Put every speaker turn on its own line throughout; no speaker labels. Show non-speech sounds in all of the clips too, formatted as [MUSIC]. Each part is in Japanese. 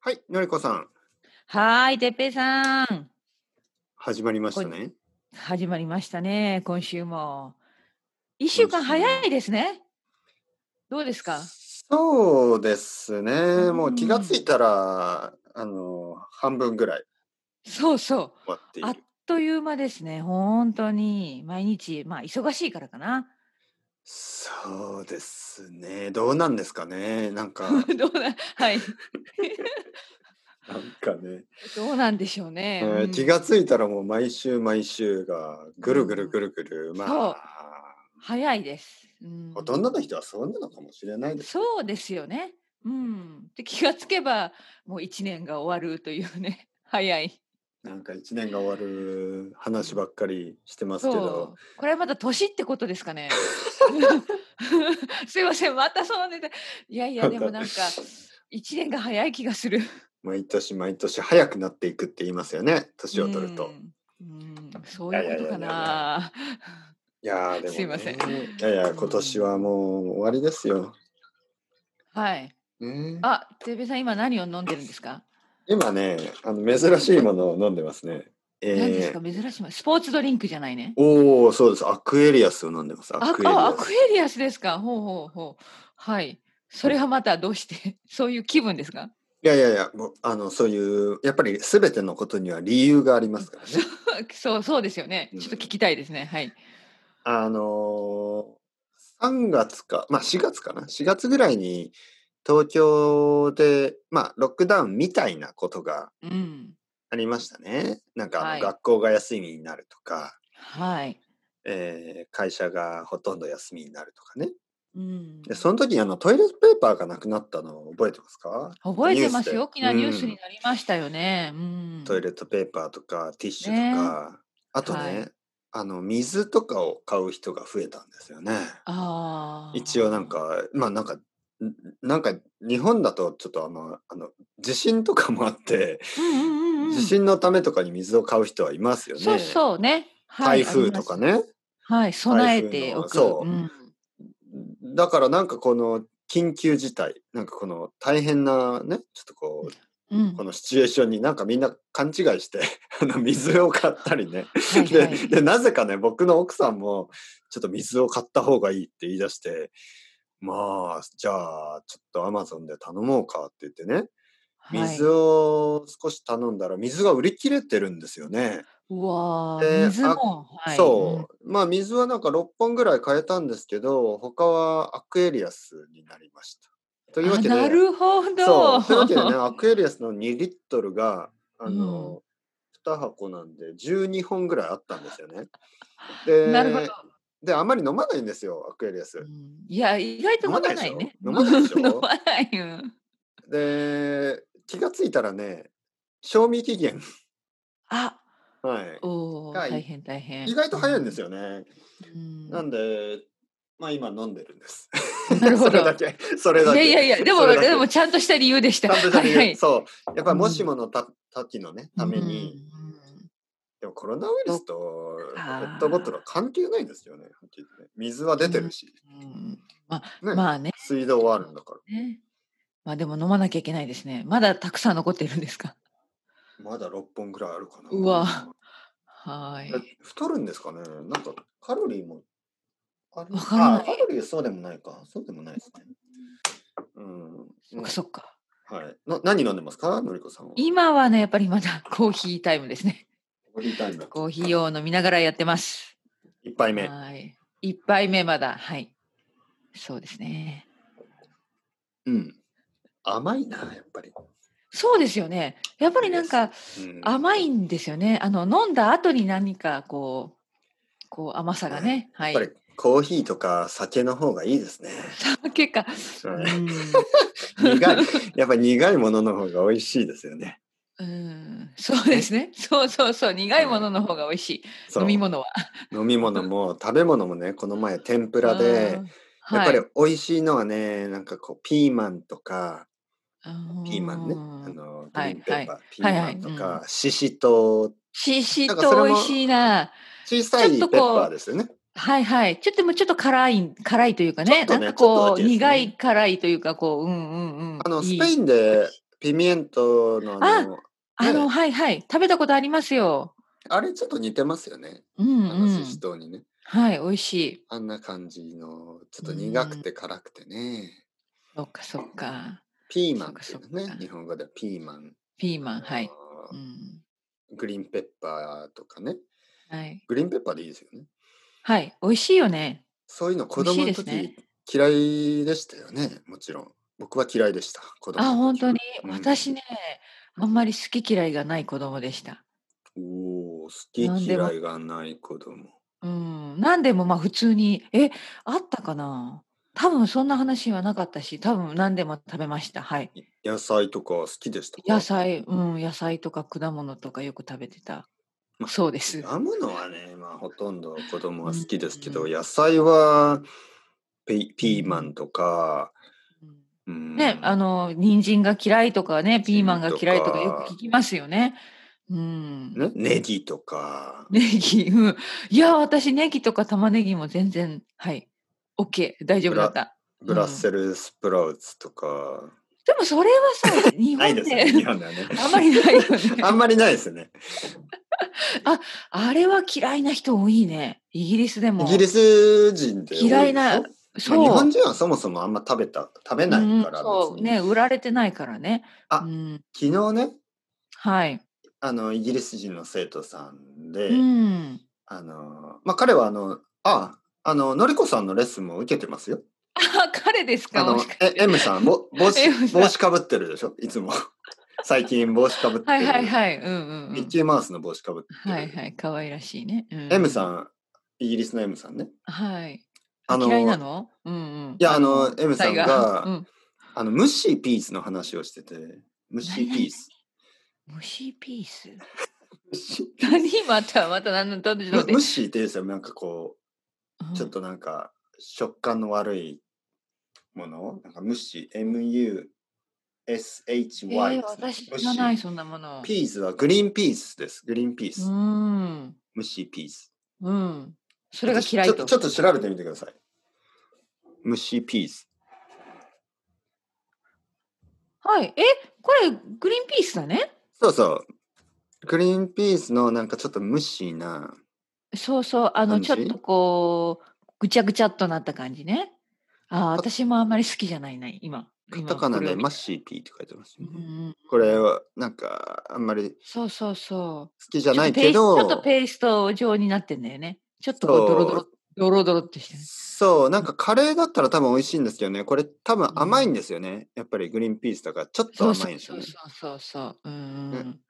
はい、のりこさん。
はーい、てっぺいさん。
始まりましたね。
始まりましたね、今週も。一週間早いですね。どうですか。
そうですね。もう気がついたら、あの、半分ぐらい
そうそう。
終わってい
あっ
る。
という間ですね。本当に毎日、まあ忙しいから
[LAUGHS]
かな。
そうですね。どうなんですかね。なん
[LAUGHS]
か、
どうな、はい、
なんかね、
[LAUGHS] どうなんでしょうね。
えー
うん
気がついたらもう毎週毎週がぐるぐるぐるぐる、ま
そう
あ、
早いです。うん
ほとんどの人はそうなのかもしれないです。
そうですよね。うん。で気がつけばもう一年が終わるというね。 [LAUGHS] 早い。
なんか一年が終わる話ばっかりしてますけ
そ
ど、
う。これはまた年ってことです
[LAUGHS]
かね。すいません。またそのネタ。いやいやでもなんか一年が早い気がする。
毎年毎年早くなっていくって言いますよね。年を取ると。
うん。うんそういうことかな。
いやーでも、ね、
すいません
いやいや、今年はもう終わりですよ。
はい。
ね
あ、てべさん今何を飲んでるんですか。
今ね、あの珍しいものを飲んでますね。
何です
え
か
ー、
珍しいもの。スポーツドリンクじゃないね。
おお、そうです。アクエリアスを飲んでます。ア
あ
クエリ
あ、
ア
アクエリアスですか。ほうほうほう。はい。それはまたどうして [LAUGHS] そういう気分ですか。
ス。
[LAUGHS]
いやいやいや、もうあのそういうやっぱりすべてのことには理由がありますからね。
そうそうですよね。ちょっと聞きたいですね。はい。
あのー、3月か、まあ4月かな、4月ぐらいに東京で、まあロックダウンみたいなことが
うん。
ありましたね。なんかあの、
はい
学校が休みになるとか、
はい。
えー会社がほとんど休みになるとかね。
うん。
で、その時あのトイレットペーパーがなくなったのを覚えてますか
覚えてますよ。大きなニュース
うん
になりましたよね。うん。
トイレットペーパーとかティッシュと
ね
か、あとね、
はい
あの水とかを買う人が増えたんですよね。
ああ。
一応なん。かまあなんかんなんか日本だとちょっとあのあの地震とかもあって、
うんうんうんうん。
地震のためとかに水を買う人はいますよね。
そうそうね。は
台
い
風とか。
あり
ね。
ますはい、備えておく。
台風のそう
うん
だからなんかこの緊急事態なんかこの大変なねちょっとこう
うん
このシチュエーションになんかみんな勘違いして [LAUGHS] あの水を買ったりね、
はいはい
ででなぜかね僕の奥さんもちょっと水を買った方がいいって言い出してまあじゃあちょっとアマゾンで頼もうかって言ってね水
はい
を少し頼んだら水が売り切れてるんですよね。
うわ
で
ー水も、はい、
そうまあ水はなんか6本ぐらい買えたんですけど他はアクエリアスになりました。と
う
いうんわけで
あなるほ
そ
ど。
う。
[LAUGHS]
というわけでね、アクエリアスの2リットルが、あの、2箱なんで、12本ぐらいあったんです
[LAUGHS]
よね。で、
なるほど、
で、あまり飲まないんですよ、アクエリアス
う。んいや、意外と飲まないね。
飲まないでしょ
[LAUGHS] 飲まないよ。
で、気がついたらね、賞味期限、
あ
はい、
おー
はい
大変大変。
意外と早いんですよね。
うん。
なんで、まあ今飲んでるんです。
なるほ
[LAUGHS] それ
ど
だけ、それだ
い
け。
やいやいや、でも、
それだけ
でも、ちゃんとした理由でした。
ちゃんとした理由
はいはい
そう。やっぱもしものた時のね、ために、
うん
でもコロナウイルスとペ
あー
ットボトルは関係ないんですよね。はっきり言ってね水は出てるし、
うんま
ね
あ、まあね。
水道はあるんだか
ね。まあでも飲まなきゃいけないですね。まだたくさん残ってるんですか。
ら、まだ6本ぐらいあるかな。
うわは
え
ーい。
太るんですかねなんかカロリーもある
わからない
あカロリーそうでもないか。そうでもないですね。うん。
そっかそっか。
はい。な何飲んでますかのりこさんは。
今はね、やっぱりまだコーヒータイムですね。
ボディタイム
コーヒーを飲みながらやってます。
一杯目。
はい。一杯目まだ。はい。そうですね。
うん。甘いな、やっぱり。
そうですよね。やっぱりなんか
うん
甘いんですよね。あの飲んだ後に何かこう、こう甘さがね。は
やっ
い [LAUGHS]
ぱ。りコーヒーとか酒の方がいいですね。
結果、
うん
うん
苦い [LAUGHS] やっぱ苦いものの方が美味しいですよね。
うん、そうですね。そうそうそう。苦いものの方が美味しい。
そう
飲み物は。
飲み物も食べ物もねこの前天ぷらで、
あー
やっぱり
はい
美味しいのはねなんかこうピーマンとかピーマンね
う
あ
ん
のグリ
はい
ーンペーパー、ピ
はい
ーマ
はい
ンと
はいは
かししとう
しし
なんかそれ
と
も
美味しいな。
小さい
ち
ペッ
ょっとこう
パーですよね。
はいはい。ちょっともうちょっと辛い、辛いというかね。
ちょっと
な
ね
んかこう、
ちょっとだけですね
苦い辛いというか、こう、うんうんうん。
あの
い
ス
い
ペインでピミエントのあの、
あ
ね
の、はいはい。食べたことありますよ。
あれちょっと似てますよね。
うん、
あ
う
の
ん
シ。シトウにね。
はい、美味しい。
あんな感じの、ちょっと苦くて辛くてね。
そっかそっか。
ピーマンっていう
そっ
の
かそ
ね
っ。か
日本語ではピーマン。
ピーマン、はい。
あ
う
の
ん。
グリーンペッパーとかね。
はい。
グリーンペッパーでいいですよね。
はい、美味しいよね。
そういうの子
美味し
供
い
の
です
時、
ね
嫌いでしたよね。もちろん。僕は嫌いでした。子供の
あ、
時
本当に。
うん
私ね、あんまり好き嫌いがない子供でした。
おお、好き
なんでも
嫌いがない子供。
うん。何でもまあ普通に、え、あったかな多分そんな話はなかったし、多分何でも食べました。はい。
い野菜とか好きでしたか
野菜、うん、野菜とか果物とかよく食べてた。
まあ
そうです。
果物はね、まあ、ほとんど子供は好きですけど、
うん
野菜はピピーマンとか、
うん
うん
ね、あの人参が嫌いとかね、ピーマンが
人参とか
嫌いとかよく聞きますよね。うん。
ね、ネギとか、
[LAUGHS] ネギ、うん。いや、私ネギとか玉ねぎも全然、はい。オッケー、大丈夫だった。
ブラッセルスプラウツとか、
でもそれは
[LAUGHS]
さ、日
ないで
本
すね、日
で、
本ではね。
[LAUGHS] あんまりないよね。
あんまりないですね。
あれは嫌いな人多いね。イギリスで
イ
も。
ギリス人で多でしょ
嫌いな、
まあ
そう。
日本人はそもそもあんま食べた食べないから
うん
別
そう
に、
ね、売られてないからね。
あ
うん、
昨日ね
はい。
あのイギリス人の生徒さんで、
うん。
あのまあ彼はあのああののりこさんのレッスンも受けてますよ。
あ、彼です
あ
か。
の
もしかして
え M さんぼ帽
[LAUGHS] M
子
さん
帽子かぶってるでしょいつも [LAUGHS] 最近帽子かぶってる、
はいはいはい。うんうん、う
ミッ
ん。
キーマウスの帽子かぶってる、
はいはい。可愛らしいね。うん、
M
ん。
さんイギリスの M さんね。
はい。
あの
嫌いなのうんうん。
いやあの M さんが
タイガーうん、
あのムッシーピースの話をしててムッシーピー
[LAUGHS]
ス。
虫ピース
ムッシー
何またまた何のどっちどっ
ム
ち
ムッシーって言うんですよなんかこうちょっとなんか食感の悪いものなんかムッシー MUSHY
うんえー、
ですね
私
ムッ
知
シ
らない
ー
そんなもの
ピースはグリーンピースですグリーンピース、
うん
ムッシーピース
うんそ
そ
れが嫌い
ちょ
と
ちょっと調べてみてくださいムッシーピース
はいえこれグリーンピースだね
そうそうグリーンピースのなんかちょっとムッシーな
そうそうあの
感じ
ちょっとこうぐちゃぐちゃっとなった感じねあー私もあんまり好きじゃないな今
カ
今
タカナ
これ
で
を
マッシーピーって書いてます、
う
ね
ん
これはなんかあんまり好
そうそうそう
きじゃない
ちょ
け
っとペースち
ど
ょっとペースト状になってんだよねちょっとこうドロド
そ
ロドロドロってしてね
そう、なんかカレーだったら多分美味しいんですけどね、これ多分
うん
甘いんですよね。やっぱりグリーンピースとかちょっと
そう
甘
そ
いん
う
ですよ
そう
ね。
そうそうそう。うん。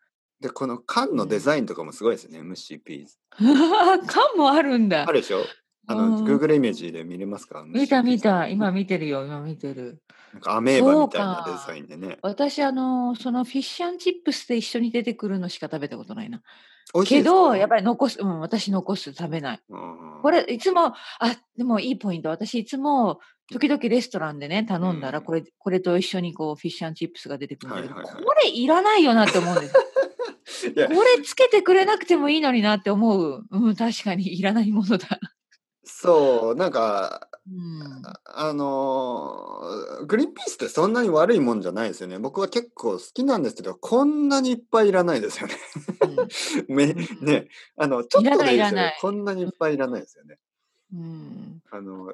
で、この缶のデザインとかもすごいですね、ムッシーピース。
[LAUGHS] 缶もあるんだ
あ。るでしょあ
う
の、
ん
Google イメージで見れますか
見た見。
ムッ
た。
シーピース
今見てるよ。今見てる。
なんかアメーバみたいな
そう
デ
か
ザインでね。
私、あの、そのフィッシュチップスで一緒に出てくるのしか食べたことないな。
美味しい
け
ですか
ど、やっぱり残す、うん、私残す、食べない。
うん
これ、いつも、あ、でもいいポイント。私、いつも、時々レストランでね、頼んだら、
うん
これ、これと一緒にこう、フィッシュチップスが出てくるんだけど、
はいはいはい
これいらないよなって思うんです。
いや
これつけてくれなくてもいいのになって思う。うん、確かにいらないものだ。
そう、なんか、
うん。
あのーグリーンピースってそんなに悪いもんじゃないですよね。僕は結構好きなんですけど、こんなにいっぱいいらないですよね。
う
め
うん
ね、あの、ちょっとでいい
い
です
らないいら
よ
な
ね
い。
こんなにいっぱいいらないですよね。
んうん
あの、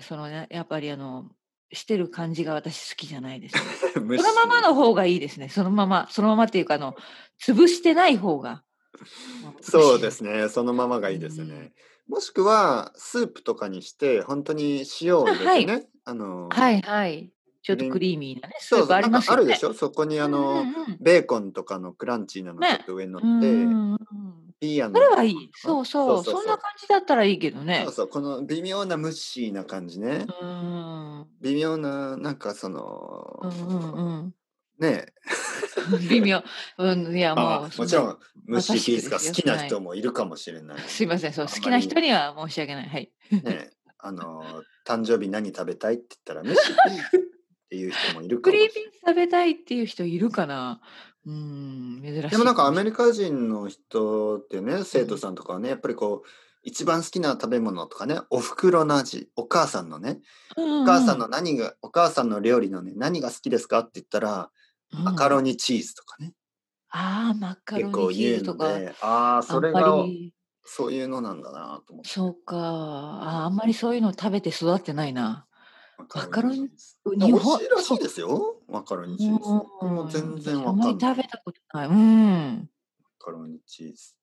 そのねやっぱりあのしてる感じが私好きじゃな
[LAUGHS]
いです、ね。
無
そのままの方がいいですね。そのままそのままっていうかあの潰してない方が。。
そうですすね。そのままがいいですね。もしくは、スープとかにして、本当に塩を入れてね。あの、
はいはい。ちょっとクリーミーなねス
そう
ー
そ
プ
う、な
あり
んか
ます
あ
よ
るで
ね
し。ょそこにあ
う
の
ん、うん
ベーコンとかのクランチーなのちょ
ね
っと上に乗っ
うん
て、
うんうん
ピーヤの。
それはいい。そうそ
そ
う。
うそうそう
そんな感じだったらいいけどね
そう。そう、この微妙なムッシーな感じね。
うん。うん
微妙な、なんかそうの、
ん
ね
うん。微妙。うんいや
まあ
もう。
もちろ
ん。
ん、ムッシーピースが好きな
まさしくですよ
人もいるかもしれない。
すいません。そう
あんま
好
り
きな人には申し訳ない。はい。
ね、あの誕生日何食べたいって言ったらメシピースっていう人もいるかも
ク
し
リ
れ
ーピース食べたいっていう人いるかなうーん、珍しい。
でもなんかアメリカ人の人ってね生徒さんとかはねやっぱりこう一番好きな食べ物とかね、お袋の味、お母さんのね、
お
お母さんの何が、お母さんの料理のね、何が好きですかって言ったら、マカロ
ニ。
ニチーズとかね、
ああ、マカロ
結構
ニチー
言う
ズと
の
か。
で、ああ、それ
あ
が
んまり
そういうのなんだなと思って。
そうかあー。あんまりそういうの食べて育ってないな。マカロニ
チーズ
日
美
本
味しいらしいですよ、マカロニチーズ。
うん
もう全然わ
あんま
か
り
んない。
食
マ
べたことない。うん。
カロニチーズ。